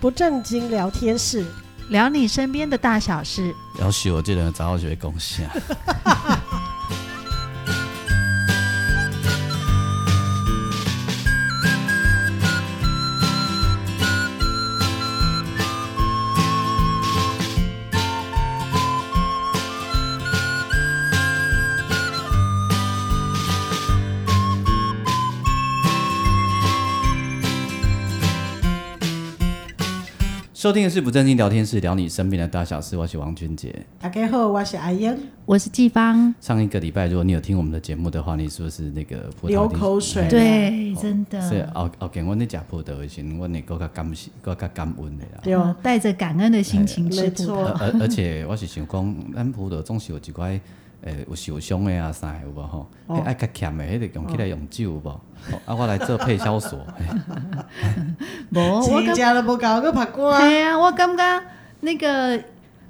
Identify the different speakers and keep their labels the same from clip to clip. Speaker 1: 不正经聊天室，
Speaker 2: 聊你身边的大小事。
Speaker 3: 要许我这人早就会贡献。收听的是不正经聊天室，聊你身边的大小事。我是王俊杰。
Speaker 1: 大家好，我是阿英，
Speaker 2: 我是季芳，
Speaker 3: 上一个礼拜，如果你有听我们的节目的话，你是不是那个葡萄
Speaker 1: 流
Speaker 3: 地
Speaker 1: 口水
Speaker 3: 哎
Speaker 2: 对，真
Speaker 3: 是
Speaker 2: 的，
Speaker 3: 哦哦，给我那假葡萄的心，我那个较感谢，个较感恩的啦。
Speaker 1: 对，哦
Speaker 2: 带着感恩的心情吃
Speaker 1: 没
Speaker 2: 葡萄。
Speaker 3: 而
Speaker 1: 错，
Speaker 3: 而而且我是想讲，咱葡萄总是有一块诶、呃有受伤的啊啥的有无吼？哎
Speaker 1: 哦
Speaker 3: 迄爱较欠的，迄个用起来用酒有无？哦啊，我来做配销所。嘿
Speaker 1: 哦
Speaker 2: 无，哦我
Speaker 1: 全
Speaker 2: 感，
Speaker 1: 家都不搞个拍官，
Speaker 2: 哎呀，我感觉那个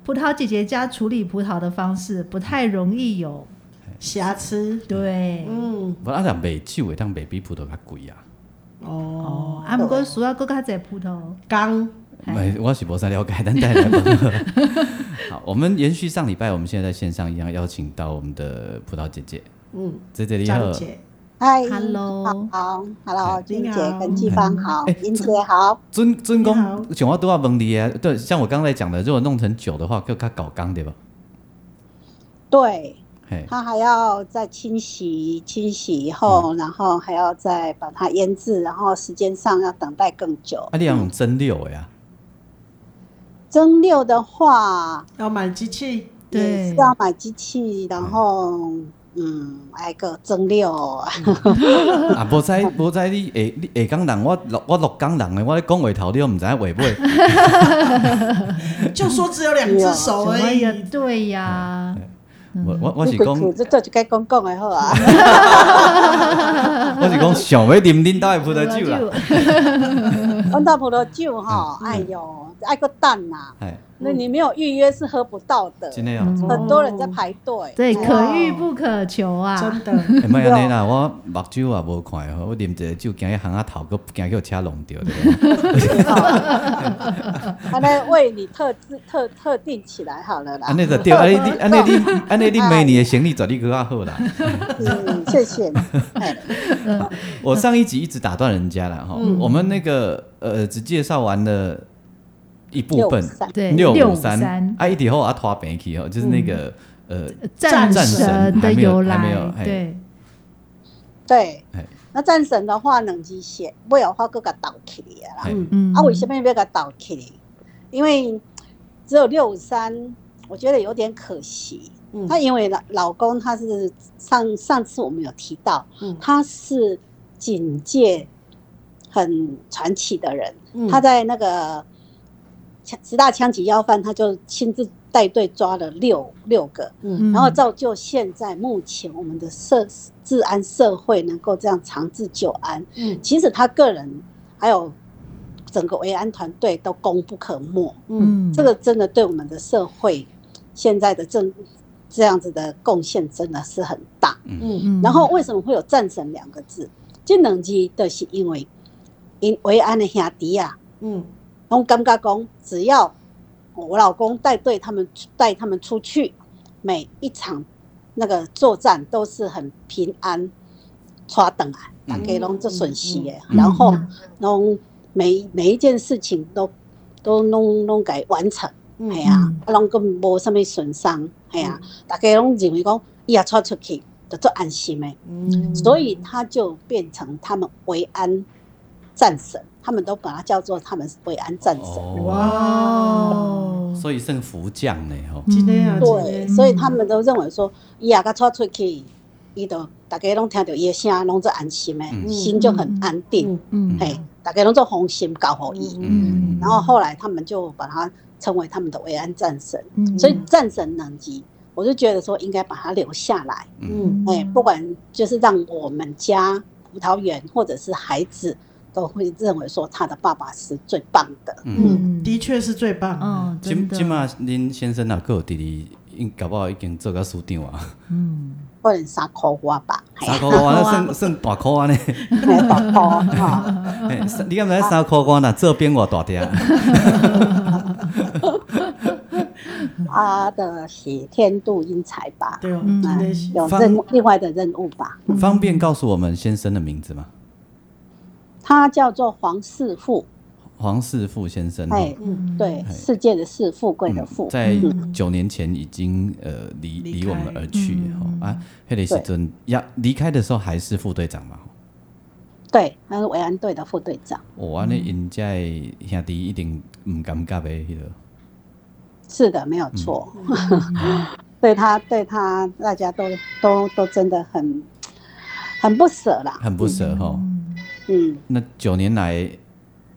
Speaker 2: 葡萄姐姐家处理葡萄的方式不太容易有。
Speaker 1: 瑕疵，
Speaker 2: 对，
Speaker 1: 嗯，
Speaker 3: 无啊，若卖酒会当卖比葡萄较贵啊。
Speaker 1: 哦
Speaker 2: 哦，，啊，不过需要更加侪葡萄。
Speaker 1: 刚
Speaker 2: 哎
Speaker 3: 没，我是不太了解，但带来问 好。好，我们延续上礼拜，我们现在在线上一样邀请到我们的葡萄姐姐，
Speaker 1: 嗯，
Speaker 3: 姐姐你好
Speaker 1: 张。姐，
Speaker 4: 嗨
Speaker 2: Hello
Speaker 4: 好，Hello，
Speaker 1: 你
Speaker 4: 金姐
Speaker 1: 好
Speaker 4: 跟季芳 好
Speaker 3: 哎，
Speaker 4: 英姐好，
Speaker 3: 尊尊
Speaker 1: 你好
Speaker 3: 公，像我都要问你啊，对，像我刚才讲的，如果弄成酒的话，就较搞刚对吧？
Speaker 4: 对，
Speaker 3: 嘿，
Speaker 4: 它还要再清洗，清洗以
Speaker 3: 嗯
Speaker 4: 后，然后还要再把它腌制，然后时间上要等待更久
Speaker 3: 啊，。你要用蒸馏的呀、
Speaker 4: 蒸馏的话，
Speaker 1: 要买机器，
Speaker 4: 也
Speaker 2: 对
Speaker 4: 是，要买机器，然后嗯，挨个蒸馏，
Speaker 3: 啊。啊，无知无知你下你下港人，我六我六港人的，我咧讲话头，你又毋知影话尾。
Speaker 1: 就说只有两只手而
Speaker 2: 所
Speaker 1: 已
Speaker 2: 以，对呀，
Speaker 3: 我我嗯我是
Speaker 4: 你鬼
Speaker 3: 讲，
Speaker 4: 苦 这这就该公共的好 啊。
Speaker 3: 我是讲，想要啉恁兜的葡萄酒啦。
Speaker 4: 闻到葡萄酒哈，
Speaker 3: 嗯
Speaker 4: 哎呦，挨个蛋呐，
Speaker 3: 哎，
Speaker 4: 那你没有预约是喝不到的，
Speaker 3: 真的哦。
Speaker 2: 嗯
Speaker 4: 很多人在排队。
Speaker 2: 对，
Speaker 4: 哎
Speaker 2: 可遇不可求啊
Speaker 1: 真。的，
Speaker 3: 哎，莫安尼啦，我目睭也无看吼，我啉一个酒，惊迄巷仔头，佫惊叫车弄着对吧
Speaker 4: 他来为你特制特特定起来好了啦
Speaker 3: 安。尼就 对，安哎尼你安尼你安尼你明年的生理绝对搁较好 啦。
Speaker 4: 嗯，谢谢。哎，
Speaker 3: 我上一集一直打断人家了哈，我们那个呃只介绍完了一部分，
Speaker 4: 653
Speaker 2: 对，
Speaker 3: 五
Speaker 2: 三
Speaker 3: 啊，一底后啊拖北去哦，就是那个呃
Speaker 2: 战
Speaker 3: 战神
Speaker 2: 神
Speaker 3: 还
Speaker 2: 的
Speaker 3: 没有
Speaker 2: 由
Speaker 3: 还没有
Speaker 2: 来，
Speaker 3: 嘿
Speaker 2: 对，
Speaker 4: 对
Speaker 3: 哎。
Speaker 4: 那战神的话，两支血，不然的话，搁甲倒起来啦。
Speaker 3: 哎
Speaker 1: 嗯，
Speaker 2: 嗯
Speaker 4: 啊，为什么要甲倒起来？因为只有六五三，我觉得有点可惜。
Speaker 1: 嗯
Speaker 4: 他因为老老公他是上上次我们有提到，
Speaker 1: 嗯
Speaker 4: 他是警界很传奇的人，
Speaker 1: 嗯
Speaker 4: 他在那个枪十大枪击要犯，他就亲自带队抓了六六个，
Speaker 1: 嗯
Speaker 4: 然后造就现在目前我们的社治安社会能够这样长治久安。
Speaker 1: 嗯
Speaker 4: 其实他个人还有整个维安团队都功不可没，
Speaker 1: 嗯，
Speaker 4: 这个真的对我们的社会现在的政这样子的贡献真的是很大。
Speaker 1: 嗯，
Speaker 2: 嗯
Speaker 4: 然后为什么会有战神两个字？这两字都是因为因维安的兄弟啊，
Speaker 1: 嗯，
Speaker 4: 拢感觉讲，只要我老公带队他们带他们出去，每一场那个作战都是很平安，抓等啊，大家拢做顺心的，
Speaker 2: 嗯
Speaker 4: 然后
Speaker 2: 嗯
Speaker 4: 拢每每一件事情都都拢拢给完成。
Speaker 1: 嗯
Speaker 4: 系啊，啊，拢个无啥物损伤，系啊，
Speaker 2: 嗯
Speaker 4: 大家拢认为讲伊也带出去，就做安心的，
Speaker 1: 嗯
Speaker 4: 所以他就变成他们维安战神，他们都把它叫做他们是维安战神。
Speaker 3: 哦，
Speaker 1: 哇
Speaker 2: 哦，
Speaker 3: 所以剩福将呢吼，
Speaker 1: 今天啊，
Speaker 2: 嗯
Speaker 4: 对，所以他们都认为说，伊也甲带出去，伊就大家拢听到伊的声，拢做安心的，
Speaker 3: 嗯
Speaker 4: 心就很安定，
Speaker 2: 嗯
Speaker 4: 嘿、大家拢做放心交互伊。
Speaker 3: 嗯
Speaker 4: 然后后来他们就把它称为他们的维安战神。
Speaker 2: 嗯
Speaker 4: 所以战神等级，我就觉得说应该把它留下来，
Speaker 1: 嗯
Speaker 4: 哎、不管就是让我们家葡萄园或者是孩子都会认为说他的爸爸是最棒的。
Speaker 3: 嗯
Speaker 1: 嗯，的确是最棒的，
Speaker 2: 嗯，
Speaker 3: 今
Speaker 2: 真的
Speaker 3: 今嘛，恁先生啊，各有弟弟应搞不好已经做到书长啊，
Speaker 2: 嗯，
Speaker 4: 可能三箍我吧，嘿
Speaker 3: 三箍我那算算大箍啊呢，
Speaker 4: 嘿大箍哈，
Speaker 3: 嘿三你敢不知三箍我若这边我大条，
Speaker 4: 啊的是天妒英才吧，哎
Speaker 1: 对哦，
Speaker 2: 嗯
Speaker 1: 真的是
Speaker 4: 有
Speaker 3: 方
Speaker 4: 任务另外的任务吧，
Speaker 3: 方便告诉我们先生的名字吗？
Speaker 4: 他叫做黄世富，
Speaker 3: 黄世富先生，
Speaker 4: 哎，
Speaker 1: 嗯
Speaker 4: 对，
Speaker 3: 哎
Speaker 4: 世界的世，富贵的
Speaker 3: 嗯
Speaker 4: 富，
Speaker 3: 在
Speaker 2: 嗯
Speaker 3: 九年前已经呃离
Speaker 1: 离
Speaker 3: 离我们
Speaker 1: 开
Speaker 3: 而去
Speaker 2: 嗯
Speaker 3: 哈、
Speaker 2: 嗯
Speaker 3: 啊，黑雷斯顿要离开的时候还是副队长嘛。吼
Speaker 4: 对，他是维安队的副队长，
Speaker 3: 哦，安尼因在兄弟一定唔感觉的迄个，
Speaker 4: 是的，没有错，
Speaker 3: 嗯
Speaker 4: 对他，对他，大家都都都真的很很不舍啦，
Speaker 3: 很不舍吼、
Speaker 2: 嗯
Speaker 4: 嗯，
Speaker 3: 那九年来，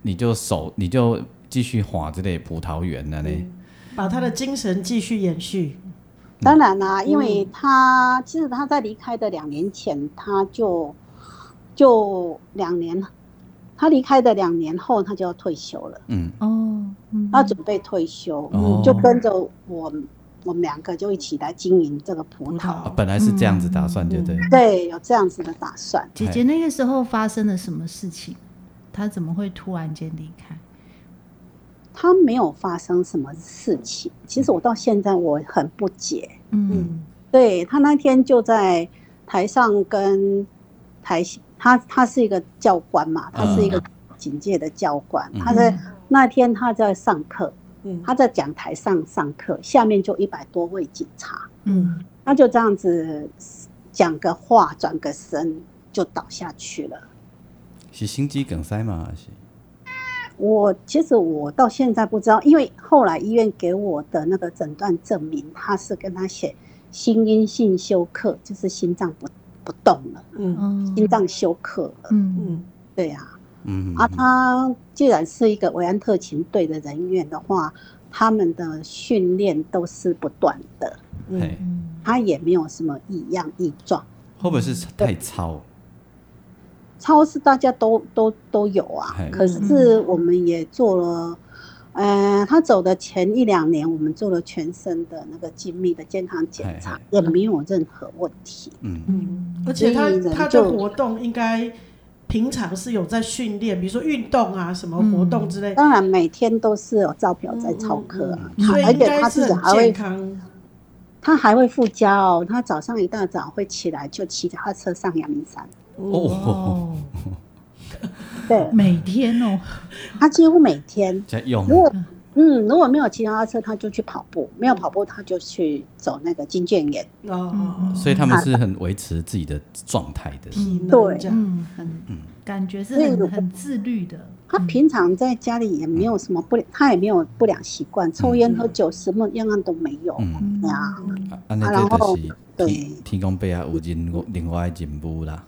Speaker 3: 你就守，你就继续划这类葡萄园啊了呢。
Speaker 1: 把他的精神继续延续。
Speaker 4: 当然啦、
Speaker 1: 嗯
Speaker 4: 因为他、其实他在离开的两年前，他就就两年，他离开的两年后，他就要退休了，
Speaker 3: 嗯，
Speaker 2: 哦，嗯
Speaker 4: 他准备退休，
Speaker 3: 哦
Speaker 4: 嗯就跟着我们我们两个就一起来经营这个葡
Speaker 1: 葡
Speaker 4: 萄。
Speaker 3: 啊
Speaker 1: 萄，
Speaker 3: 本来是这样子打算，
Speaker 1: 嗯
Speaker 3: 对不对？
Speaker 4: 对，有这样子的打算。
Speaker 2: 姐姐那个时候发生了什么事情？她怎么会突然间离开？
Speaker 4: 他没有发生什么事情，其实我到现在我很不解。
Speaker 2: 嗯
Speaker 4: 对他那天就在台上跟台下，他他是一个教官嘛，他是一个警戒的教官，
Speaker 3: 嗯
Speaker 4: 他在那天他在上课，
Speaker 1: 嗯，
Speaker 4: 他在讲台上上课，下面就一百多位警察，
Speaker 2: 嗯
Speaker 4: 他就这样子讲个话，转个身就倒下去了。
Speaker 3: 是心肌梗塞嘛？还是
Speaker 4: 我其实我到现在不知道，因为后来医院给我的那个诊断证明，他是跟他写心因性休克，就是心脏不不动了，
Speaker 1: 嗯
Speaker 2: 哦，
Speaker 4: 心脏休克了。
Speaker 2: 嗯
Speaker 1: 嗯
Speaker 4: 对呀、
Speaker 3: 嗯
Speaker 4: 啊，啊，他既然是一个维安特勤队的人员的话，他们的训练都是不断的，
Speaker 1: 嗯
Speaker 3: 嘿，
Speaker 2: 嗯
Speaker 4: 他也没有什么异样异状。
Speaker 3: 会不会是太操？
Speaker 4: 超市大家都都都有啊
Speaker 3: 嘿，
Speaker 4: 可是我们也做了，呃，他走的前一两年，我们做了全身的那个精密的健康检查
Speaker 3: 嘿，
Speaker 4: 也没有任何问题。
Speaker 3: 嗯，
Speaker 1: 嗯，而且他
Speaker 4: 所以人
Speaker 1: 他的
Speaker 4: 就
Speaker 1: 活动应该平常是有在训练，比如说运动啊，什么活动之类，
Speaker 4: 当然，每天都是有照表在操课啊，
Speaker 1: 嗯所
Speaker 4: 他
Speaker 1: 以
Speaker 4: 而
Speaker 1: 应
Speaker 4: 且
Speaker 1: 该
Speaker 4: 他
Speaker 1: 是
Speaker 4: 自己
Speaker 1: 很
Speaker 4: 还
Speaker 1: 健
Speaker 4: 会，
Speaker 1: 康。嗯
Speaker 4: 他还会附加哦，他早上一大早会起来就骑脚踏车上阳明山，
Speaker 3: 哦，
Speaker 2: 哦，
Speaker 4: 对
Speaker 2: 每天哦，
Speaker 4: 他几乎每天。
Speaker 3: 在用
Speaker 4: 如果嗯，如果没有骑脚踏车，他就去跑步；没有跑步，他就去走那个金卷岩。
Speaker 1: 哦哦，
Speaker 3: 所以他们是很维持自己的状态的。
Speaker 1: 体能
Speaker 4: 对
Speaker 1: 这样，
Speaker 2: 嗯，
Speaker 3: 嗯
Speaker 2: 很感觉是
Speaker 4: 所以我
Speaker 2: 很很自律的。
Speaker 4: 他
Speaker 1: 嗯
Speaker 4: 平常在家里也没有什么不良，他也没有不良习惯，
Speaker 1: 嗯
Speaker 4: 抽烟、喝酒、什么样样都没有。
Speaker 3: 嗯，
Speaker 2: 嗯
Speaker 4: 对啊，
Speaker 3: 安尼
Speaker 4: 啊
Speaker 3: 这
Speaker 4: 然
Speaker 3: 就
Speaker 4: 后
Speaker 3: 是
Speaker 4: 对
Speaker 3: 天天公伯啊有任另外的任务啦。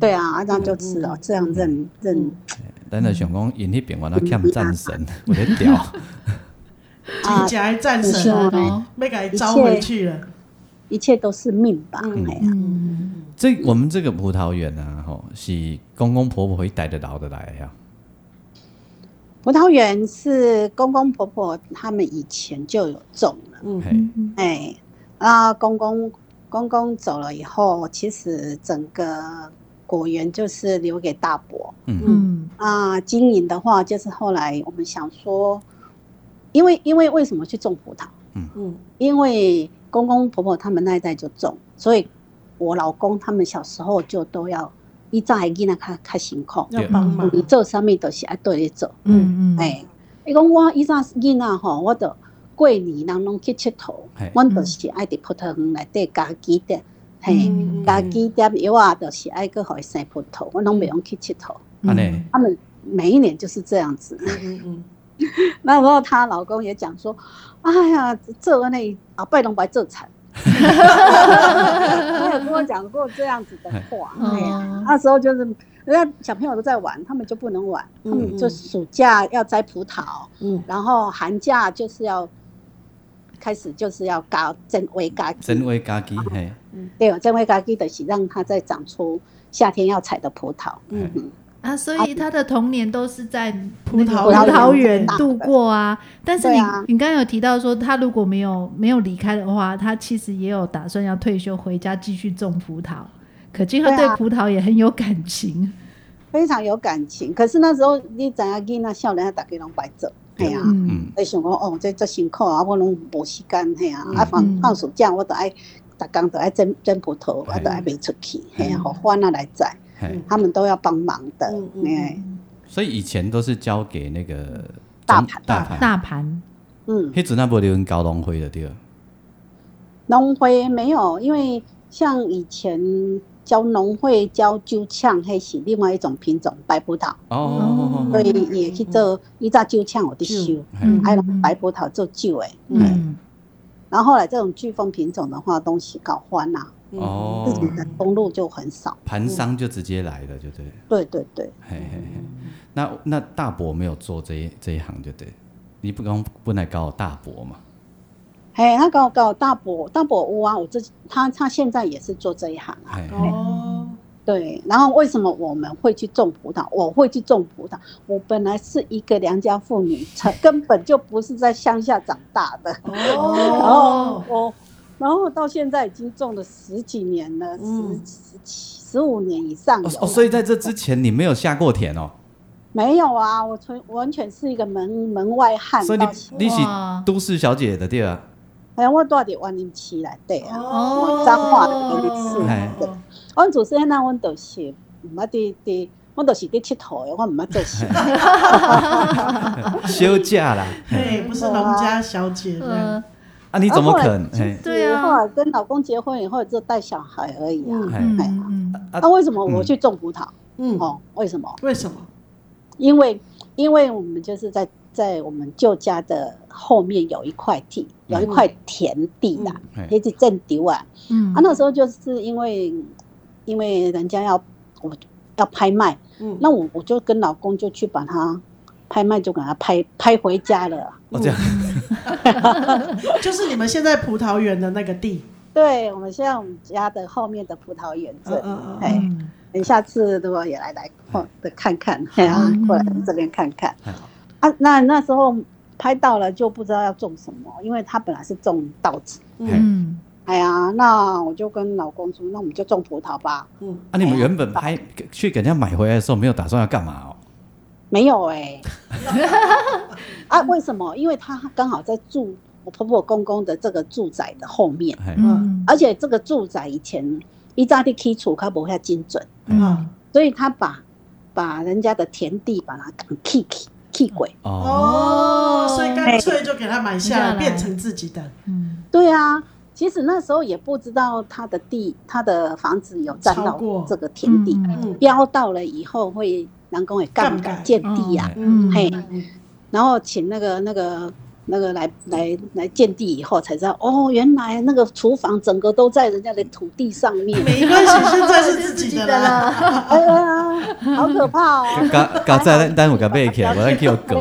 Speaker 4: 对啊，啊这样就吃
Speaker 1: 嗯
Speaker 4: 了，这样认认
Speaker 3: 咱就想讲，因迄边原来欠战神， 有咧屌，
Speaker 4: 啊
Speaker 1: 体，夹战
Speaker 4: 是
Speaker 1: 神
Speaker 4: 啊
Speaker 2: 哦，
Speaker 1: 被给招回去了。
Speaker 4: 一切都是命吧。
Speaker 1: 嗯
Speaker 4: 哎呀，
Speaker 2: 嗯，
Speaker 3: 这我们这个葡萄园啊，吼，是公公婆婆会带得老的来呀、
Speaker 4: 葡萄园是公公婆婆他们以前就有种了，
Speaker 1: 嗯
Speaker 3: 嘿，
Speaker 2: 嗯
Speaker 4: 哎，啊，公公公公走了以后，其实整个果园就是留给大伯。
Speaker 3: 嗯
Speaker 2: 嗯
Speaker 4: 啊，经营的话，就是后来我们想说，因为因为为什么去种葡萄？
Speaker 1: 嗯
Speaker 4: 因为公公婆婆他们那一代就种，所以我老公他们小时候就都要一早还囡仔较较辛苦，
Speaker 1: 要帮忙，
Speaker 4: 你做啥物都是爱对你做。
Speaker 2: 嗯嗯，
Speaker 4: 哎、伊讲我以前囡仔吼，我着过年人拢去佚佗
Speaker 3: 嘿，
Speaker 4: 阮着是爱伫葡萄园内底家己点，嘿，
Speaker 1: 嗯
Speaker 4: 家己点药啊，着是爱去互伊生葡萄，我拢袂用去佚佗。
Speaker 3: 安尼
Speaker 4: 他们每一年就是这样子。
Speaker 1: 嗯嗯
Speaker 4: 那时候她老公也讲说：“哎呀，这个那啊，拜龙白这惨。”他有跟我讲过这样子的话。
Speaker 2: 嗯
Speaker 4: 哎呀，那时候就是人家小朋友都在玩，他们就不能玩，他们就暑假要摘葡萄，
Speaker 1: 嗯
Speaker 4: 然后寒假就是要开始就是要搞真维嘎
Speaker 3: 真
Speaker 4: 基，
Speaker 3: 为家己嘿，
Speaker 4: 对，真维嘎基的是让它再长出夏天要采的葡萄。
Speaker 3: 嘿
Speaker 1: 嗯
Speaker 4: 嗯，
Speaker 2: 啊，所以他的童年都是在
Speaker 1: 葡萄
Speaker 2: 那个葡萄
Speaker 1: 园
Speaker 2: 园度过啊。但是
Speaker 4: 对
Speaker 2: 你、
Speaker 4: 啊
Speaker 2: 你刚刚有提到说，他如果没有没有离开的话，他其实也有打算要退休回家继续种葡萄。可见他
Speaker 4: 对
Speaker 2: 对
Speaker 4: 啊
Speaker 2: 葡萄也很有感情。
Speaker 4: 非常有感情。可是那时候你知影囡仔少年，他大家拢白做，哎呀、啊。
Speaker 2: 嗯，
Speaker 3: 嗯
Speaker 4: 在想讲哦，这这辛苦啊，我拢无时间嘿啊，
Speaker 3: 嗯
Speaker 4: 啊放
Speaker 2: 嗯
Speaker 4: 放暑假我都爱，逐工都爱蒸蒸葡萄，
Speaker 3: 对
Speaker 4: 啊都爱卖出去，嘿啊，
Speaker 3: 嗯
Speaker 4: 互番啊来摘，
Speaker 3: 嘿，
Speaker 4: 他们都要帮忙的
Speaker 1: 嗯，嗯
Speaker 4: 哎，
Speaker 3: 所以以前都是交给那个
Speaker 4: 大
Speaker 3: 中
Speaker 4: 盘
Speaker 3: 大盘，
Speaker 2: 大盘
Speaker 4: 嗯，
Speaker 3: 黑子那波留跟高龙辉的对了，
Speaker 4: 农会没有，因为像以前教农会教酒呛，迄是另外一种品种白葡萄，
Speaker 3: 哦，
Speaker 4: 所以也去做伊早酒呛有伫收，
Speaker 3: 嘿
Speaker 4: 爱用白葡萄做酒诶，
Speaker 2: 嗯，
Speaker 4: 哎然后后来这种巨峰品种的话，东西搞欢啦、
Speaker 3: 哦
Speaker 1: 嗯
Speaker 4: 自己的公路就很少，
Speaker 3: 盘商就直接来了，就对了，
Speaker 4: 对对对。
Speaker 3: 嘿嘿嘿。那那大伯没有做这一这一行，就对了，你不刚不来搞大伯嘛？
Speaker 4: 嘿，他搞搞大伯大伯屋啊，我自己他他现在也是做这一行啊。
Speaker 3: 嘿，嘿
Speaker 1: 哦，
Speaker 4: 对，然后为什么我们会去种葡萄？我会去种葡萄。我本来是一个良家妇女，才根本就不是在乡下长大的。然后
Speaker 1: 嗯哦，
Speaker 4: 我，然后到现在已经种了十几年了，
Speaker 1: 嗯
Speaker 4: 十十七十五年以上有
Speaker 3: 哦
Speaker 4: 了、
Speaker 3: 哦，所以在这之前你没有下过田哦，
Speaker 4: 没有啊，我纯完全是一个门门外汉。
Speaker 3: 所以
Speaker 4: 到现
Speaker 3: 你你是
Speaker 2: 哇
Speaker 3: 都市小姐的对啊，
Speaker 4: 哎，我到底万林区来对啊。
Speaker 1: 哦
Speaker 4: 脏话的那个字
Speaker 3: 哎
Speaker 1: 哦
Speaker 4: 阮自细汉，阮就是毋捌伫伫，阮就是伫佚佗的，我毋捌做事。
Speaker 3: 休假啦，
Speaker 1: 对，不是农家小姐这样
Speaker 2: 呃，
Speaker 3: 啊，你怎么
Speaker 4: 啊后来
Speaker 3: 可能？嘿，
Speaker 2: 对啊
Speaker 4: 后来跟老公结婚以后，就带小孩而已啊。
Speaker 3: 嘿
Speaker 2: 嗯嗯
Speaker 3: 啊
Speaker 4: 那、为什么我去种葡萄？
Speaker 1: 嗯，
Speaker 4: 哦，为什么？
Speaker 1: 为什么？
Speaker 4: 因为因为我们就是在在我们旧家的后面有一块地，有一块田地啦，
Speaker 3: 嗯嗯
Speaker 4: 也是正丢啊。
Speaker 2: 嗯，
Speaker 4: 啊，那时候就是因为因为人家要我要拍卖，
Speaker 1: 嗯，
Speaker 4: 那我我就跟老公就去把它拍卖，就给它拍拍回家了。
Speaker 3: 哦这样，
Speaker 1: 就是你们现在葡萄园的那个地，
Speaker 4: 对，我们现在我们家的后面的葡萄园这里，
Speaker 1: 嗯嗯嗯
Speaker 4: 哎、
Speaker 2: 嗯
Speaker 4: 等下次如果也来来逛的看看，嘿啊
Speaker 2: 嗯，
Speaker 4: 过来这边看看
Speaker 3: 嗯
Speaker 4: 啊。那那时候拍到了就不知道要种什么，因为他本来是种稻子。
Speaker 1: 嗯
Speaker 2: 嗯
Speaker 4: 哎呀，那我就跟老公说，那我们就种葡萄吧。
Speaker 1: 嗯，
Speaker 3: 啊，你们原本拍去给人家买回来的时候，没有打算要干嘛哦？
Speaker 4: 没有哎、啊，为什么？因为他刚好在住我婆婆公公的这个住宅的后面，
Speaker 3: 嘿，
Speaker 2: 嗯，
Speaker 4: 而且这个住宅以前一扎地基础它不太精准，
Speaker 2: 嗯
Speaker 4: 所以他把把人家的田地把它赶 k 起 k 鬼。
Speaker 3: 哦，
Speaker 1: 哦，所以干
Speaker 4: 哎
Speaker 1: 脆就给它买下
Speaker 2: 下
Speaker 1: 来，
Speaker 2: 来
Speaker 1: 变成自己的，
Speaker 2: 嗯
Speaker 4: 对啊，其实那时候也不知道他的地，他的房子有占
Speaker 1: 超
Speaker 4: 到
Speaker 1: 过
Speaker 4: 这个田地，
Speaker 2: 嗯
Speaker 1: 嗯，
Speaker 4: 标到了以后会南工也干
Speaker 1: 杠杆
Speaker 4: 杆建地呀、
Speaker 1: 嗯
Speaker 4: 嘿
Speaker 1: 嗯
Speaker 4: 然后请那个那个那个来来来建地以后才知道，哦，原来那个厨房整个都在人家的土地上面，
Speaker 1: 没关系，现在是自己的啦。
Speaker 2: 了，
Speaker 4: 哎呀，好可怕哦！
Speaker 1: 啊
Speaker 3: 刚 刚才 咱咱有甲买起啊来，我咱叫狗，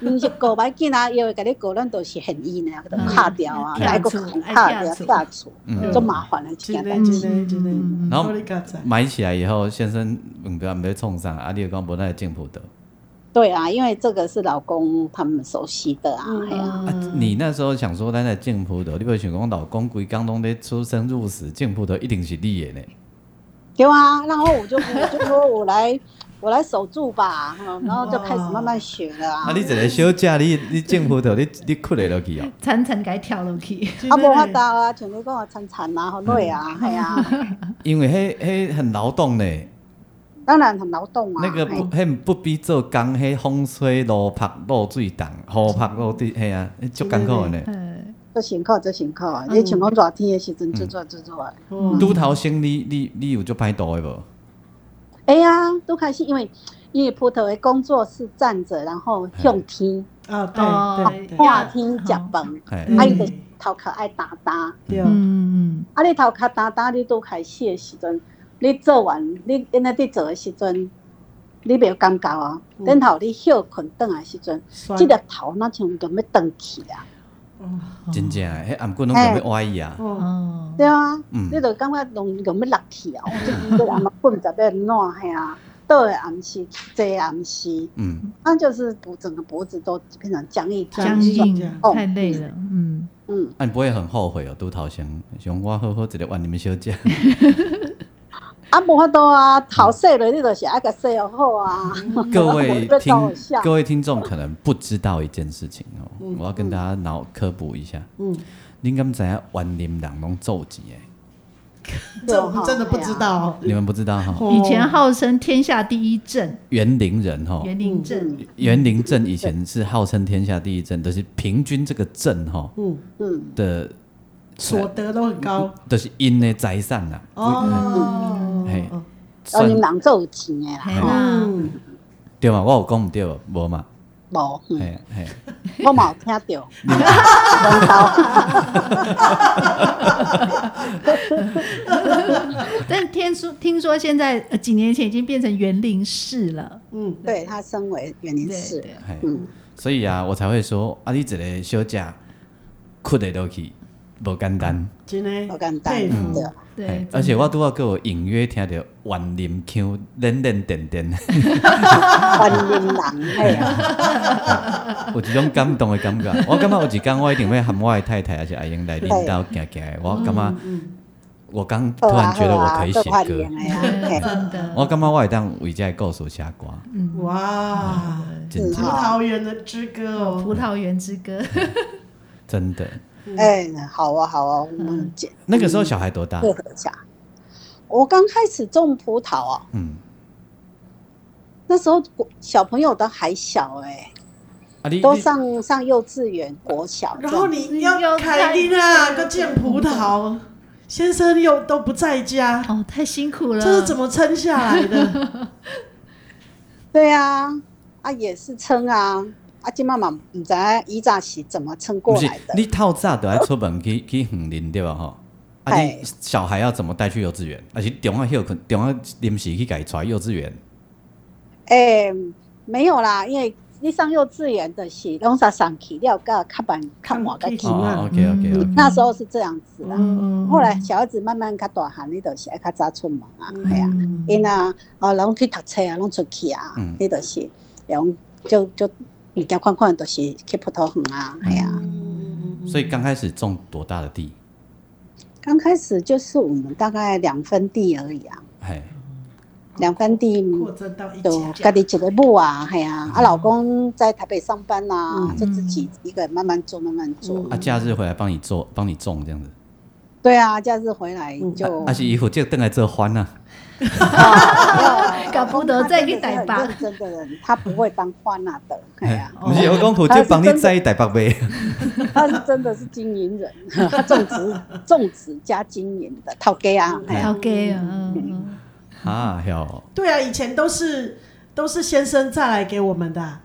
Speaker 4: 唔是狗白见啊，因为甲你狗咱都是很易呢，都卡掉啊，
Speaker 2: 嗯
Speaker 4: 来个
Speaker 2: 拆除
Speaker 4: 卡掉
Speaker 2: 拆除
Speaker 4: 下厨，
Speaker 3: 嗯
Speaker 4: 就麻烦了，这
Speaker 1: 真
Speaker 4: 样
Speaker 1: 的
Speaker 4: 代
Speaker 1: 真
Speaker 4: 志。
Speaker 1: 的真的，
Speaker 3: 然后
Speaker 1: 我跟你讲真
Speaker 3: 买起来以后，先生嗯，不要不要冲上，啊，你有讲无那进步的。
Speaker 4: 对啊，因为这个是老公他们熟悉的啊，
Speaker 1: 嗯
Speaker 4: 哎呀，
Speaker 3: 啊，你那时候想说咱在进步的，你不会想讲老公规刚拢在出生入死，进步的一定是你的呢。
Speaker 4: 对啊，然后我就 我就说我来我来守住吧，哈然后就开始慢慢学了啊
Speaker 3: 啊，。你一个小姐，你你进步的，你你哭得落去哦。
Speaker 2: 层层改跳落去，
Speaker 1: 真
Speaker 4: 啊，
Speaker 1: 的
Speaker 4: 无法度啊，像你讲啊，铲
Speaker 2: 嗯
Speaker 4: 铲啊，好累啊，系啊，
Speaker 3: 因为迄迄很劳动呢，
Speaker 4: 当然很劳动啊。
Speaker 3: 那个
Speaker 4: 嘿
Speaker 3: 不迄不比做工，迄风吹落拍落水重，雨拍落地，嘿啊，那足艰苦的呢。
Speaker 2: 嗯
Speaker 4: 做辛苦，做辛苦啊！
Speaker 2: 嗯
Speaker 4: 你像讲热天的时阵，做做做做的。
Speaker 1: 哦
Speaker 3: 拄头先你你你有足歹度的无？
Speaker 4: 哎呀，都开始，因为因为葡萄的工作是站着，然后向天
Speaker 1: 啊，
Speaker 2: 哦
Speaker 1: 对对对
Speaker 2: 哇
Speaker 4: 看天食饭，
Speaker 3: 嘿，
Speaker 1: 嗯
Speaker 4: 啊，伊就头壳爱打打，
Speaker 1: 对，
Speaker 2: 嗯
Speaker 4: 啊，你头壳打打，你拄开始的时阵，你做完，你因为你做的时阵，你袂有感觉啊。
Speaker 1: 嗯
Speaker 4: 等头你休困顿的时阵，
Speaker 1: 酸
Speaker 4: 即个头那像就要断去
Speaker 1: 哦
Speaker 4: 啊。
Speaker 2: 嗯，
Speaker 3: 真正诶，迄颔棍拢特别歪伊啊。
Speaker 1: 哦，
Speaker 2: 哦，
Speaker 4: 对啊，
Speaker 3: 嗯
Speaker 4: 哦 你就感觉拢用要落去啊，我这个人嘛，困着要烂嘿啊，倒的暗时，坐的暗时，
Speaker 3: 嗯
Speaker 4: 那就是脖整个脖子都变成僵硬
Speaker 1: 僵
Speaker 2: 僵
Speaker 4: 酸
Speaker 2: 硬
Speaker 1: 硬
Speaker 2: 太累了，嗯，
Speaker 4: 嗯，
Speaker 3: 那、你不会很后悔哦，都桃香熊蛙呵呵，直接晚你们休假。
Speaker 4: 啊，无法度啊，头洗落你就是爱甲洗好好啊。
Speaker 2: 嗯
Speaker 3: 各位
Speaker 4: 我在
Speaker 3: 听
Speaker 4: 搞我笑
Speaker 3: 各位听众可能不知道一件事情哦，
Speaker 1: 嗯
Speaker 3: 我要跟大家脑科普一下。
Speaker 1: 嗯，
Speaker 3: 您敢知影万林人拢做钱诶？
Speaker 1: 这我们真的不知道哦。
Speaker 3: 你们不知道哈、
Speaker 1: 哦
Speaker 2: 以前啊号称天下第一镇，
Speaker 3: 园林人哈、
Speaker 2: 园林镇，
Speaker 3: 园林镇以前是号称天下第一镇，都、是平均这个镇哈、
Speaker 1: 嗯，
Speaker 4: 嗯，
Speaker 3: 的，
Speaker 1: 所得都很高
Speaker 3: 都、就是因的财产啦，
Speaker 1: 哦。
Speaker 3: 嗯嘿
Speaker 4: 哦，
Speaker 3: 算
Speaker 4: 你人做有钱的啦，
Speaker 2: 嘿啦，
Speaker 1: 嗯，
Speaker 3: 对嘛？我有讲毋对无无嘛？
Speaker 4: 无，嗯
Speaker 3: 嘿嘿，
Speaker 4: 我嘛有听 着，
Speaker 2: 但听说听说现在呃几年前已经变成园林市了，
Speaker 1: 嗯，
Speaker 4: 对他身为园林
Speaker 2: 对
Speaker 4: 士，
Speaker 2: 对，
Speaker 3: 嘿，
Speaker 4: 嗯
Speaker 3: 所以啊，我才会说啊，你一个小姐困得落去，无简单。
Speaker 1: 真
Speaker 4: 好
Speaker 1: 的，
Speaker 4: 简单
Speaker 1: 佩服
Speaker 4: 对。
Speaker 3: 嘿
Speaker 2: 对，
Speaker 3: 哎而且我拄仔个有隐约听着万林腔冷冷点 点，
Speaker 4: 啊欢迎人，嘿啊，
Speaker 3: 有一种感动的感觉。我感觉有一天我一定会喊我的太太还是阿英来恁兜行行的。我感觉
Speaker 1: 嗯，
Speaker 3: 我刚
Speaker 4: 好
Speaker 3: 突然
Speaker 4: 啊
Speaker 3: 觉
Speaker 4: 好
Speaker 3: 得我
Speaker 4: 啊
Speaker 3: 可以，
Speaker 4: 做
Speaker 3: 写
Speaker 4: 欢
Speaker 3: 歌
Speaker 4: 迎，的啊，
Speaker 2: 对
Speaker 4: 嘿，
Speaker 2: 真的，
Speaker 3: 我感觉我会当为这个故事写歌，
Speaker 1: 嗯
Speaker 2: 嗯，
Speaker 1: 哇，
Speaker 3: 真
Speaker 1: 葡
Speaker 3: 的
Speaker 4: 嗯
Speaker 1: 萄园的之歌
Speaker 2: 葡
Speaker 1: 哦，
Speaker 2: 萄园之歌，
Speaker 3: 真的。
Speaker 2: 嗯
Speaker 4: 哎，好啊好啊，我们嗯姐
Speaker 3: 那个时候小孩多大？
Speaker 4: 配合一下。我刚开始种葡萄哦，
Speaker 3: 嗯，
Speaker 4: 那时候国小朋友都还小哎、
Speaker 3: 啊你
Speaker 4: 都
Speaker 3: 你
Speaker 4: 上上幼稚园、国小这样。
Speaker 1: 然后你要凯琳啊，个见葡萄先生又都不在家，
Speaker 2: 哦，太辛苦
Speaker 4: 啊
Speaker 2: 了，
Speaker 1: 这是怎么撑下来 的？
Speaker 4: 对啊，啊也是撑啊，啊金妈妈唔知伊早是怎么撑
Speaker 3: 不
Speaker 4: 过
Speaker 3: 是
Speaker 4: 来的。
Speaker 3: 你套炸的要出门去去园林对吧？吼，啊你
Speaker 4: 嘿
Speaker 3: 小孩要怎么带去幼稚园？而且中啊休困，中啊临时去改带幼稚园。
Speaker 4: 哎、没有啦，因为你上幼稚园的是拢是上去了，个看板看我个
Speaker 1: 看起
Speaker 4: 去
Speaker 1: 行。啊
Speaker 3: 哦，OK OK OK，
Speaker 2: 嗯
Speaker 4: 那时候是这样子啦。
Speaker 2: 嗯，嗯
Speaker 4: 后来小孩子慢慢较大汉，你就是爱较早出门啊，系啊。
Speaker 2: 嗯
Speaker 4: 因啊，哦，拢去读册啊，拢出去啊
Speaker 3: 嗯，
Speaker 4: 你就是用就就物件看看，就是去葡萄园啊，系啊。
Speaker 3: 所以刚开始种多大的地？
Speaker 4: 刚开始就是我们大概两分地而已啊，
Speaker 3: 嘿，
Speaker 4: 两分地
Speaker 1: 扩增到哦一
Speaker 4: 就
Speaker 1: 家，
Speaker 4: 家己一个母啊，系啊，啊老公在台北上班啊
Speaker 1: 嗯，
Speaker 4: 就自己一个人慢慢做慢慢做
Speaker 1: 嗯。
Speaker 3: 啊假日回来帮你做，帮你种这样子。
Speaker 4: 对啊，假日回来
Speaker 1: 嗯
Speaker 4: 就
Speaker 3: 啊啊是衣服就等来做番啊。
Speaker 4: 哦
Speaker 1: 啊
Speaker 2: 搞不得再去台北
Speaker 4: 台很认真的人，他不会当花娜的，系啊。
Speaker 3: 不是有讲苦就帮你摘台北呗。
Speaker 4: 他是真的是经营人，他种植种植加经营的套给啊，哎呀
Speaker 2: 好 gay 啊，嗯
Speaker 3: 啊哟，
Speaker 1: 对啊，以前都是都是先生再来给我们的啊，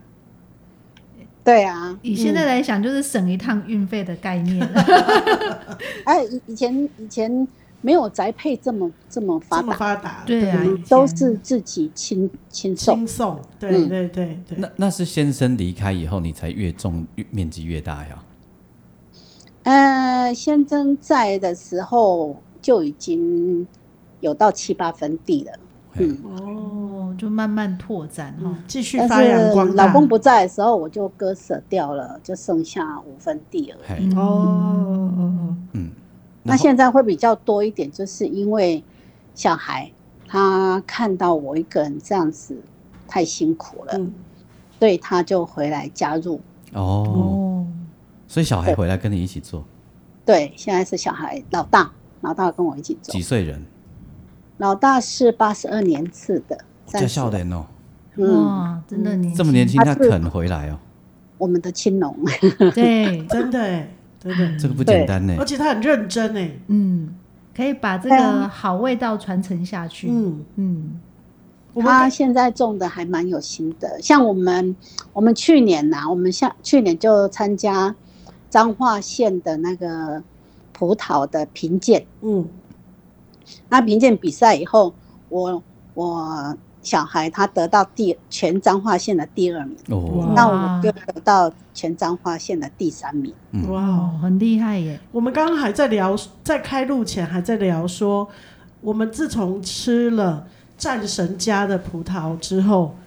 Speaker 4: 对啊，
Speaker 2: 以现在来讲，就是省一趟运费的概念，
Speaker 4: 哎，以以前以前没有宅配这么这么发
Speaker 1: 这么
Speaker 4: 达，
Speaker 1: 发达，
Speaker 2: 对啊以前
Speaker 4: 嗯都是自己亲亲送，
Speaker 1: 轻松，对
Speaker 4: 嗯
Speaker 1: 对对对。
Speaker 3: 那那是先生离开以后，你才越种越面积越大呀。
Speaker 4: 呃，先生在的时候就已经有到七八分地了，
Speaker 3: 嘿
Speaker 4: 嗯，
Speaker 2: 哦，就慢慢拓展哈。
Speaker 1: 嗯继续
Speaker 4: 但
Speaker 1: 发扬
Speaker 4: 是
Speaker 1: 光大。哦
Speaker 4: 老公不在的时候我就割舍掉了，就剩下五分地而已。
Speaker 3: 嘿，
Speaker 2: 嗯
Speaker 1: 哦，
Speaker 3: 嗯，
Speaker 4: 那现在会比较多一点，就是因为小孩他看到我一个人这样子太辛苦了，
Speaker 1: 嗯，
Speaker 4: 所以他就回来加入。
Speaker 3: 哦，
Speaker 4: 嗯
Speaker 2: 哦，
Speaker 3: 所以小孩回来跟你一起做，
Speaker 4: 对，现在是小孩老大，老大跟我一起走
Speaker 3: 几，岁人？
Speaker 4: 老大是八十二年次的，
Speaker 3: 叫
Speaker 4: 三十
Speaker 3: 笑，脸哦，
Speaker 4: 嗯，
Speaker 2: 哇，真的年
Speaker 3: 这么年轻
Speaker 4: 啊
Speaker 3: 他
Speaker 4: 是
Speaker 3: 肯回来哦，
Speaker 4: 我们的青龙，
Speaker 2: 轻，对，
Speaker 1: 真的哎，真
Speaker 4: 嗯
Speaker 1: 的，
Speaker 3: 这个不简单呢
Speaker 1: 而。且他很认真哎，
Speaker 2: 嗯，可以把这
Speaker 4: 对
Speaker 2: 个
Speaker 4: 啊
Speaker 2: 好味道传承下去。
Speaker 1: 嗯，
Speaker 2: 嗯
Speaker 1: 我们
Speaker 4: 他
Speaker 1: 感
Speaker 4: 现在种的还蛮有心的。像我们，我们去年呐、我们下去年就参加彰化县的那个葡萄的评鉴，
Speaker 1: 嗯
Speaker 4: 那评鉴比赛以后，我我小孩他得到第全彰化县的第二名，
Speaker 3: 哦，
Speaker 1: 哇
Speaker 4: 那我就得到全彰化县的第三名。
Speaker 3: 嗯，
Speaker 1: 哇
Speaker 2: 哦
Speaker 1: 哦，，
Speaker 2: 很厉害耶。
Speaker 1: 我们刚刚还在聊，在开录前还在聊说，我们自从吃了。战神家的葡萄之后，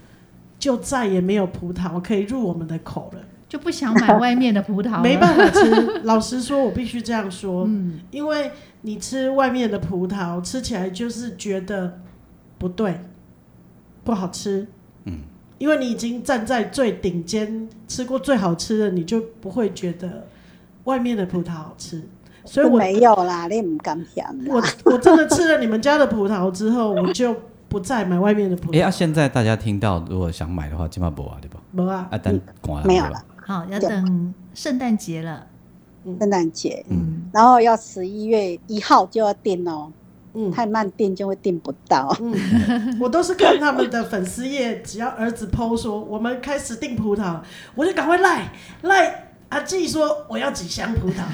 Speaker 1: 就再也没有葡萄可以入我们的口了，
Speaker 2: 就不想 买外面的葡萄了，
Speaker 1: 没办法吃。老实说，我必须这样说，
Speaker 2: 啊嗯，
Speaker 1: 因为你吃外面的葡萄，吃起来就是觉得不对，不好吃。
Speaker 3: 嗯，
Speaker 1: 因为你已经站在最顶尖，吃过最好吃的，你就不会觉得外面的葡萄好吃。所以我
Speaker 4: 没有啦，你唔敢想啦。
Speaker 1: 我我真的吃了你们家的葡萄之后，我就不再买外面的葡
Speaker 3: 哎、啊，
Speaker 1: 萄。
Speaker 3: 现在大家听到，如果想买的话，起码不啊，对吧？
Speaker 1: 没啊，
Speaker 3: 啊，等关
Speaker 4: 嗯没有了，
Speaker 2: 好，要等圣诞节了，
Speaker 4: 圣诞节，
Speaker 2: 嗯，
Speaker 4: 然后要十一月一号就要订哦，
Speaker 1: 嗯
Speaker 4: 太慢订就会订不到。
Speaker 1: 嗯，我都是看他们的粉丝页，只要儿子 PO 说我们开始订葡萄，我就赶快赖赖阿季说我要几箱葡萄，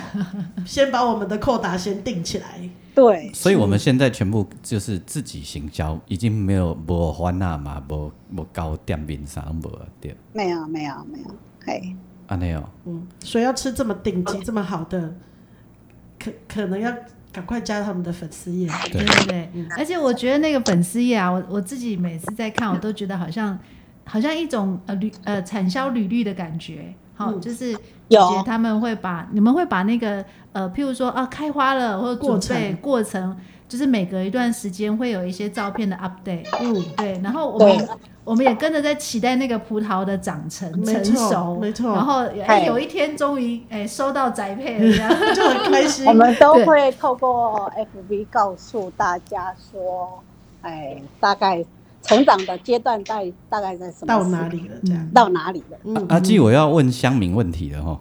Speaker 1: 先把我们的扣打先订起来。
Speaker 4: 对，
Speaker 3: 所以我们现在全部就是自己行销，已经没有无欢纳嘛，无无高店面啥无对，
Speaker 4: 没有没有没有，嘿，
Speaker 3: 安尼哦，
Speaker 1: 嗯，所以要吃这么顶级、这么好的，可可能要赶快加他们的粉丝页。
Speaker 2: 对
Speaker 3: 对
Speaker 2: 对对，而且我觉得那个粉丝页啊，我我自己每次在看，我都觉得好像好像一种呃履呃产销履历的感觉。好、
Speaker 1: 嗯
Speaker 2: 就是
Speaker 4: 有
Speaker 2: 姐姐他们会把你们会把那个呃，譬如说啊，开花了或者
Speaker 1: 过
Speaker 2: 准备过程，就是每隔一段时间会有一些照片的 update。
Speaker 1: 嗯，
Speaker 2: 对，然后我们
Speaker 4: 对
Speaker 2: 也我们也跟着在期待那个葡萄的长成
Speaker 1: 没
Speaker 2: 成
Speaker 1: 错
Speaker 2: 熟，
Speaker 1: 没错
Speaker 2: 然后哎
Speaker 4: 嘿
Speaker 2: 有一天终于哎收到宅配 了，这样
Speaker 1: 就很开心
Speaker 4: 我。们都会透过 FB 告诉大家说，哎，大概成长的阶段大大概在什么
Speaker 1: 到
Speaker 4: 时
Speaker 1: 哪里了？这样，
Speaker 4: 到哪里了。
Speaker 1: 嗯，
Speaker 3: 阿季，我啊要问乡民问题了吼。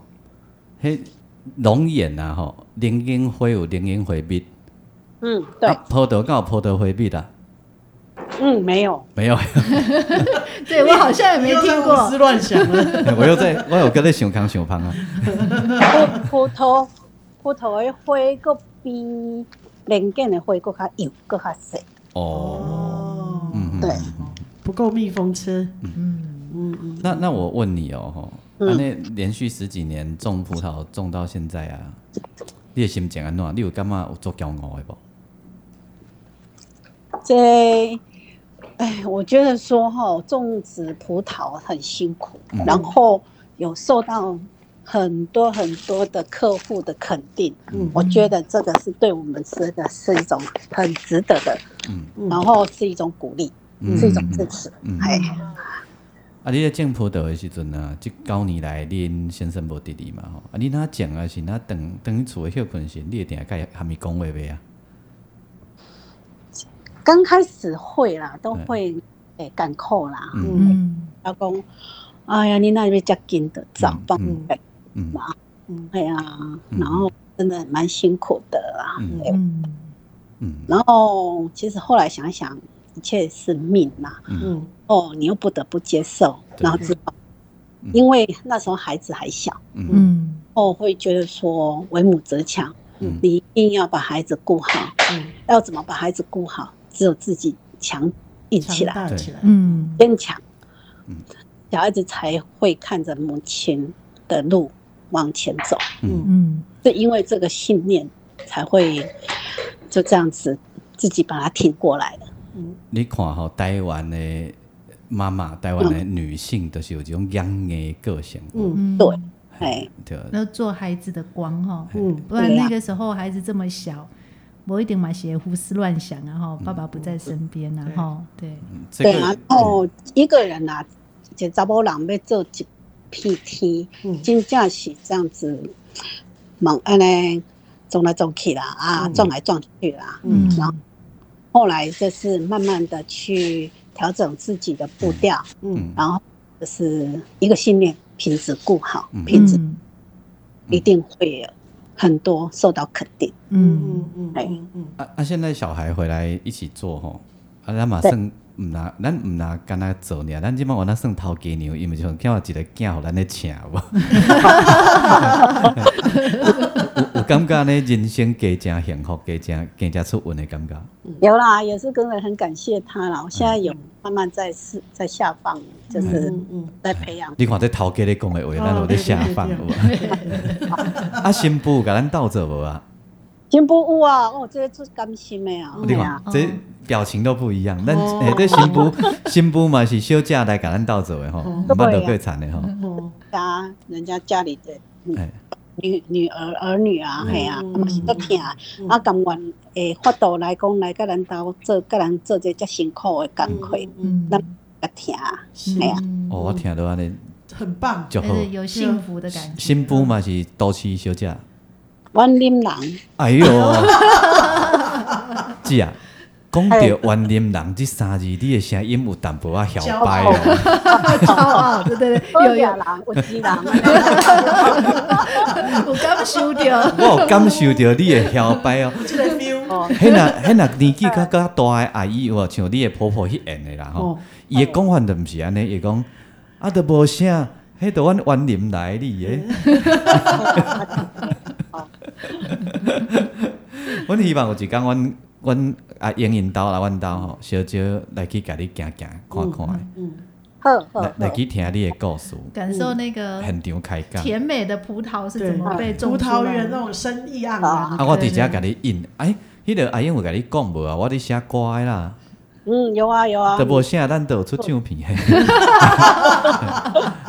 Speaker 3: 嘿，龙眼啊吼，龙眼花有龙眼花蜜，
Speaker 4: 嗯，对
Speaker 3: 啊，，葡萄有葡萄花蜜啦，
Speaker 4: 嗯，没有，
Speaker 3: 没有，
Speaker 2: 对我好像也没
Speaker 1: 又在
Speaker 2: 听
Speaker 1: 胡
Speaker 2: 过
Speaker 1: 思，乱想了。
Speaker 3: 我又在，我有跟在想康想胖啊，
Speaker 4: 葡葡萄葡萄的花个比莲根的花个较幼，个较细。
Speaker 3: 哦，
Speaker 1: 哦，
Speaker 3: 嗯，嗯
Speaker 4: 对
Speaker 3: 嗯
Speaker 1: 不够蜜蜂吃。
Speaker 2: 嗯，
Speaker 1: 嗯嗯，
Speaker 3: 那那我问你哦吼，
Speaker 4: 嗯
Speaker 3: 那、那连续十几年种葡萄种到现在啊，你的心情安怎？你有感觉有做骄傲的不？
Speaker 4: 这，哎，我觉得说哈，种植葡萄很辛苦，
Speaker 3: 嗯
Speaker 4: 然后有受到很多很多的客户的肯定，
Speaker 1: 嗯
Speaker 4: 我觉得这个是对我们是的是一种很值得的，
Speaker 3: 嗯
Speaker 1: 嗯
Speaker 4: 然后是一种鼓励，
Speaker 3: 嗯
Speaker 4: 是一种支持。
Speaker 3: 嗯，
Speaker 4: 哎，
Speaker 3: 啊，你在种葡萄的时阵啊，这九年来恁先生无弟弟嘛吼，啊，你哪种啊是哪等等于厝的休困时，你会定甲伊含伊讲话袂啊？
Speaker 4: 刚开始会啦，都会诶感扣啦，
Speaker 3: 嗯
Speaker 1: 嗯
Speaker 2: 嗯
Speaker 4: 老公，哎呀，你那边加紧的，早
Speaker 3: 嗯
Speaker 4: 帮
Speaker 3: 嗯
Speaker 4: 哎
Speaker 3: 嗯
Speaker 1: 嗯
Speaker 4: 哎呀，
Speaker 3: 嗯
Speaker 4: 然后真的蛮辛苦的啊啦。
Speaker 3: 嗯
Speaker 2: 嗯
Speaker 3: 嗯
Speaker 4: 然后其实后来想一想，一切是命呐、
Speaker 3: 嗯
Speaker 1: 嗯
Speaker 4: 哦，你又不得不接受，
Speaker 3: 对
Speaker 4: 然后知道
Speaker 3: 嗯，
Speaker 4: 因为那时候孩子还小，
Speaker 3: 嗯
Speaker 2: 嗯
Speaker 4: 哦，会觉得说为母则强，
Speaker 3: 嗯
Speaker 4: 你一定要把孩子顾好，
Speaker 1: 嗯，
Speaker 4: 要怎么把孩子顾好，只有自己强硬起
Speaker 1: 强
Speaker 4: 来，
Speaker 1: 大起来。
Speaker 2: 嗯
Speaker 4: 坚强
Speaker 3: 嗯，
Speaker 4: 小孩子才会看着母亲的路往前走，
Speaker 3: 嗯
Speaker 2: 嗯
Speaker 4: 是因为这个信念才会就这样子自己把它挺过来的。
Speaker 1: 嗯
Speaker 3: 你看吼，台湾的妈妈，台湾的女性，就是有这种养的个性，
Speaker 1: 嗯
Speaker 2: 嗯，
Speaker 4: 对，哎，
Speaker 3: 对，
Speaker 2: 要做孩子的光哈，
Speaker 1: 嗯
Speaker 2: 不然那个时候孩子这么小，我一定买些胡思乱想啊哈，爸爸不在身边啊哈，对，
Speaker 3: 嗯这
Speaker 4: 对
Speaker 3: 个
Speaker 4: 啊，然后一个人啊，一个查某人要做一片天，
Speaker 1: 嗯
Speaker 4: 真正是这样子，忙安尼撞来撞去啦，啊，
Speaker 1: 嗯
Speaker 4: 撞来撞去啦。
Speaker 2: 嗯
Speaker 4: 然后后来就是慢慢的去调整自己的步调，
Speaker 1: 嗯
Speaker 3: 啊
Speaker 4: 然后就是一个信念，品质顾好
Speaker 3: 嗯，
Speaker 4: 品质
Speaker 2: 嗯
Speaker 4: 一定会有很多受到肯定。
Speaker 2: 嗯
Speaker 1: 嗯嗯嗯嗯，
Speaker 3: 啊啊！现在小孩回来一起做吼，啊，咱嘛算毋拿，咱毋拿干那做尔，咱即摆原来算头家娘，伊毋是像叫一个囝互咱咧请有无？ 有有感觉呢，人生加诚幸福，加诚加诚出运的感觉。
Speaker 4: 有啦，也是真的很感谢他啦。我现在
Speaker 3: 嗯
Speaker 4: 有慢慢在是在下放，就是
Speaker 1: 嗯嗯
Speaker 4: 在培养。
Speaker 3: 你看这头家咧讲
Speaker 4: 哦
Speaker 3: 的话，咱有咧下放有无？啊，新 妇甲咱斗做无啊？
Speaker 4: 进步有啊，哦，这是最甘心的啊。
Speaker 3: 你
Speaker 4: 对
Speaker 3: 看
Speaker 4: 啊，
Speaker 3: 这表情都不一样。咱
Speaker 1: 哦
Speaker 3: 诶，对新妇 新妇嘛是休假来甲咱斗做的吼，
Speaker 1: 哦
Speaker 3: 毋捌落过田的吼。
Speaker 1: 哦，
Speaker 4: 家嗯啊人家家里的嗯
Speaker 3: 哎
Speaker 4: 女女儿儿女啊，
Speaker 3: 嗯
Speaker 4: 嘿啊，
Speaker 1: 嗯
Speaker 4: 嘛是足疼，
Speaker 1: 嗯
Speaker 4: 啊，甘愿诶法度来讲来甲咱兜做，甲咱做这遮辛苦的工课，
Speaker 1: 嗯，
Speaker 2: 嗯，
Speaker 4: 较疼。
Speaker 1: 是
Speaker 4: 哎呀
Speaker 3: 哦，我听到安尼
Speaker 1: 很棒，
Speaker 3: 就
Speaker 2: 就
Speaker 3: 好。
Speaker 2: 是有幸福的感觉。
Speaker 3: 新妇嘛是都市休假，
Speaker 4: 阮啉人，
Speaker 3: 哎哟，姐啊，讲到园林人这三字，你的声音有淡薄仔小白哦。
Speaker 2: 骄傲，对对对，有有，
Speaker 4: 人，有 钱人，
Speaker 2: 我刚收掉。
Speaker 3: 我有感受到你的小白哦。
Speaker 1: 这个 feel，
Speaker 4: 哦，
Speaker 3: 迄若迄若 年纪较较大诶阿姨有无，像你诶婆婆迄样诶啦吼
Speaker 1: 哦，
Speaker 3: 伊诶讲法就毋是安尼，伊讲啊都无啥，迄都阮园林来哩 诶。阮希望有一工，阮阮啊英因兜来阮兜吼，小少来去甲你行行看看的，
Speaker 1: 嗯，
Speaker 4: 好好
Speaker 3: 来来
Speaker 4: 好，
Speaker 3: 去听你诶故事，
Speaker 2: 感受那个
Speaker 3: 现场开讲。
Speaker 2: 甜美的葡萄是
Speaker 1: 对
Speaker 2: 怎么被，种
Speaker 1: 葡
Speaker 2: 出
Speaker 1: 萄
Speaker 2: 来
Speaker 1: 园那
Speaker 2: 的？
Speaker 1: 种生意盎然
Speaker 3: 啊，我伫遮甲你印，哎，迄个阿英有甲你讲无啊？我伫写歌的啦，
Speaker 4: 嗯，有啊有啊
Speaker 3: 都，无啥，咱都有出唱片。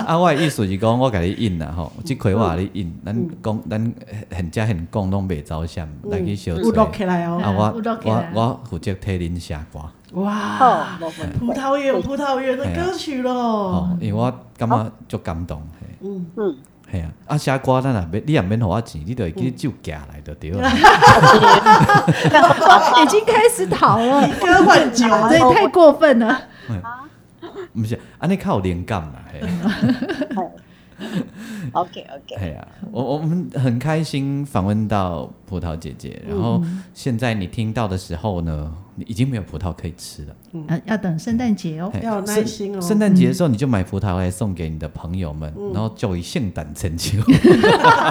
Speaker 3: 啊，我的意思是讲，我甲你印啦吼，即块我甲你印，
Speaker 1: 嗯
Speaker 3: 咱讲咱现遮现讲拢袂走相，咱去小
Speaker 1: 有落
Speaker 3: 吹。
Speaker 1: 起来
Speaker 3: 啊，
Speaker 1: 哦，
Speaker 3: 我
Speaker 2: 有录起
Speaker 3: 我
Speaker 2: 来
Speaker 3: 我负责替恁写歌，
Speaker 1: 哇
Speaker 4: 好，，无问
Speaker 1: 葡
Speaker 4: 题，
Speaker 1: 萄园有葡萄园的歌曲
Speaker 3: 吼
Speaker 1: 喽，，
Speaker 3: 因为我感觉足感动，嘿，
Speaker 1: 嗯，
Speaker 4: 嗯，
Speaker 3: 嘿啊，啊写歌咱也免，你也免互我钱，你就会
Speaker 1: 嗯
Speaker 3: 记酒寄来就 对了。
Speaker 2: 已经开始逃了，
Speaker 1: 以歌换酒，
Speaker 2: 这也太过分了。
Speaker 3: 毋是，安尼较有灵感啦，嘿。
Speaker 4: ，OK OK，
Speaker 1: 嗯
Speaker 3: 哎呀，我我们很开心访问到葡萄姐姐，
Speaker 2: 嗯
Speaker 3: 然后现在你听到的时候呢，你已经没有葡萄可以吃了。
Speaker 2: 啊要等圣诞节哦嗯
Speaker 3: 嘿，
Speaker 1: 要有耐
Speaker 3: 圣
Speaker 1: 心哦
Speaker 3: 圣诞节的时候你就买葡萄来送给你的朋友们，然后就以圣诞成就。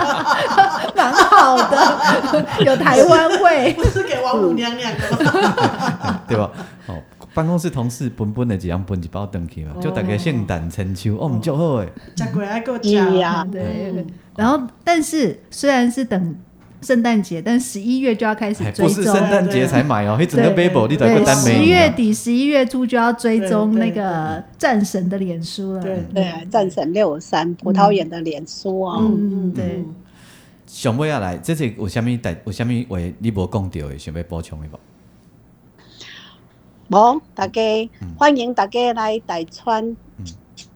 Speaker 2: 蛮好的， 有台湾味。
Speaker 1: 不是给王母娘娘的吗？
Speaker 3: 对吧？哦，办公室同事本本的几样本一包登去嘛，
Speaker 2: 哦
Speaker 3: 就大概圣诞成就，哦，唔就好诶。
Speaker 1: 吃过来给我
Speaker 4: 是
Speaker 1: 讲，
Speaker 4: 啊，
Speaker 3: 嗯
Speaker 2: 对，然后但是虽然是等圣诞节，但十一月就要开始
Speaker 3: 哎，
Speaker 2: 追
Speaker 3: 不是
Speaker 2: 踪
Speaker 3: 圣。诞节才买哦，迄整个
Speaker 2: 对
Speaker 3: Bible 你都要
Speaker 2: 对，
Speaker 3: 单
Speaker 2: 十
Speaker 3: 美
Speaker 2: 一
Speaker 3: 女
Speaker 2: 月
Speaker 3: 啊。
Speaker 2: 底、十一月初就要追踪
Speaker 1: 对
Speaker 2: 那
Speaker 1: 对
Speaker 2: 个战神的脸书了。
Speaker 1: 对
Speaker 4: 对啊，战神六五三，葡
Speaker 1: 嗯
Speaker 4: 萄园的脸书哦，
Speaker 2: 嗯嗯对，
Speaker 3: 想尾要来，这是有啥物代，有啥物话你无讲到的，想要补充的无？
Speaker 4: 无，大家欢迎大家来大川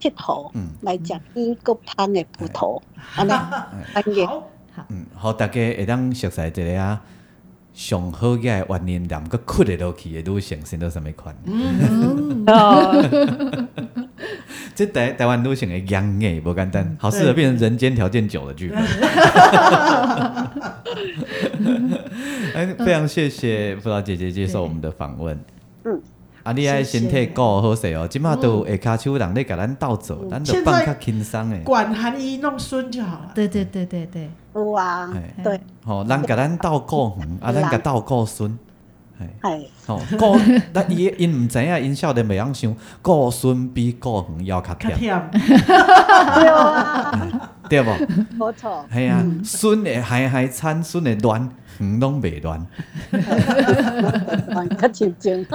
Speaker 4: 佚佗
Speaker 3: 嗯，
Speaker 4: 来食伊个香的葡萄，安尼欢迎。
Speaker 1: 好，
Speaker 3: 嗯，好，大家会当熟悉一个啊，上好嘅原因，然后困会落去的女性生到什物款？
Speaker 2: 嗯，
Speaker 3: 这台台湾女性的养眼不简
Speaker 1: 嗯
Speaker 3: 单，好适合变成人间条件九的剧本。 哎，非常谢谢葡萄姐姐接受我们的访问。
Speaker 4: 嗯，
Speaker 3: 啊，你爱身体顾好势哦，即马都有下骹手人咧甲咱斗走，咱就
Speaker 1: 嗯现在
Speaker 3: 放较轻松诶。
Speaker 1: 管韩一弄孙就好了。
Speaker 2: 对对对对对，
Speaker 4: 有啊
Speaker 3: 哎，
Speaker 4: 对，
Speaker 3: 吼，人甲咱斗顾远，啊，咱甲斗顾孙。嘿
Speaker 4: 系
Speaker 3: 吼，顾咱哦伊因毋知影，因少年袂晓想，顾孙比顾远要较
Speaker 1: 较
Speaker 3: 甜，
Speaker 1: 甜，
Speaker 4: 对啊，
Speaker 3: 对无？
Speaker 4: 冇错，
Speaker 3: 系啊，孙的海海产，孙的乱，远拢袂乱。
Speaker 4: 玩得真正，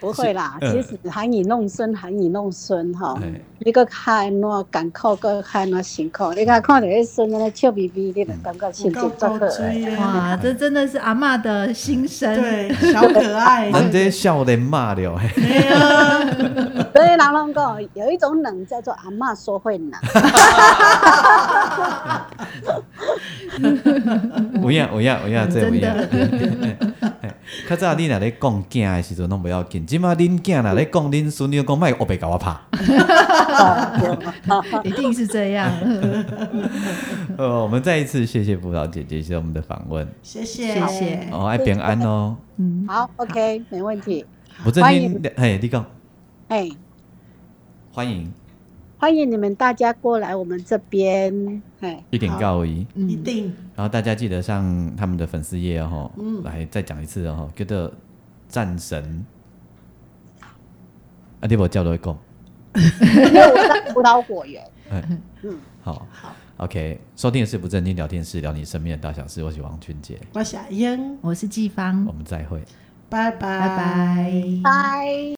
Speaker 4: 不会啦，
Speaker 3: 是
Speaker 4: 其实含饴弄孙，含饴弄孙吼
Speaker 3: 嘿，
Speaker 4: 你个看偌艰苦，个看偌辛苦，你看看到迄孙安尼笑眯眯，你就感觉
Speaker 1: 有
Speaker 4: 心
Speaker 1: 够
Speaker 4: 情足
Speaker 1: 高
Speaker 4: 好。
Speaker 1: 追耶，
Speaker 2: 哇，这真的是阿嬷的心声。
Speaker 1: 对，小可爱，
Speaker 3: 咱这少年骂了，嘿
Speaker 1: 哎呀，
Speaker 4: 所以人拢讲有一种冷叫做阿嬷说会冷，
Speaker 3: 有影有影有影，这有
Speaker 2: 真
Speaker 3: 影
Speaker 2: 的。
Speaker 3: 嘿嘿较早你若咧讲囝的时阵拢袂要紧，即马恁囝若咧讲恁孙，你就讲莫学白甲我拍。
Speaker 4: 哦
Speaker 2: 一定是这样。
Speaker 3: 呃，我们再一次谢谢葡萄姐姐接受我们的访问，
Speaker 1: 谢谢
Speaker 2: 谢谢
Speaker 3: 哦，爱平安哦。
Speaker 2: 嗯，
Speaker 4: 好，OK，没问题。
Speaker 3: 不正
Speaker 4: 欢
Speaker 3: 经
Speaker 4: 迎，
Speaker 3: 嘿，你讲
Speaker 4: 哎，
Speaker 3: 欢迎
Speaker 4: 欢迎你们大家过来我们这边，哎，
Speaker 3: 一点告一。
Speaker 2: 嗯
Speaker 1: 一定，
Speaker 3: 然后大家记得上他们的粉丝页哦，
Speaker 1: 嗯
Speaker 3: 来再讲一次哦，叫做战神。啊，你无照落去讲，
Speaker 4: 因为我在葡萄果园，
Speaker 3: 哎，
Speaker 4: 嗯，
Speaker 3: 好， OK，收听的是不正经聊天室，聊你身边的大小事。我是王俊杰，
Speaker 1: 我小英，
Speaker 2: 我是季芳
Speaker 3: 我，们再会。
Speaker 1: 拜拜
Speaker 2: 拜拜。
Speaker 4: 拜。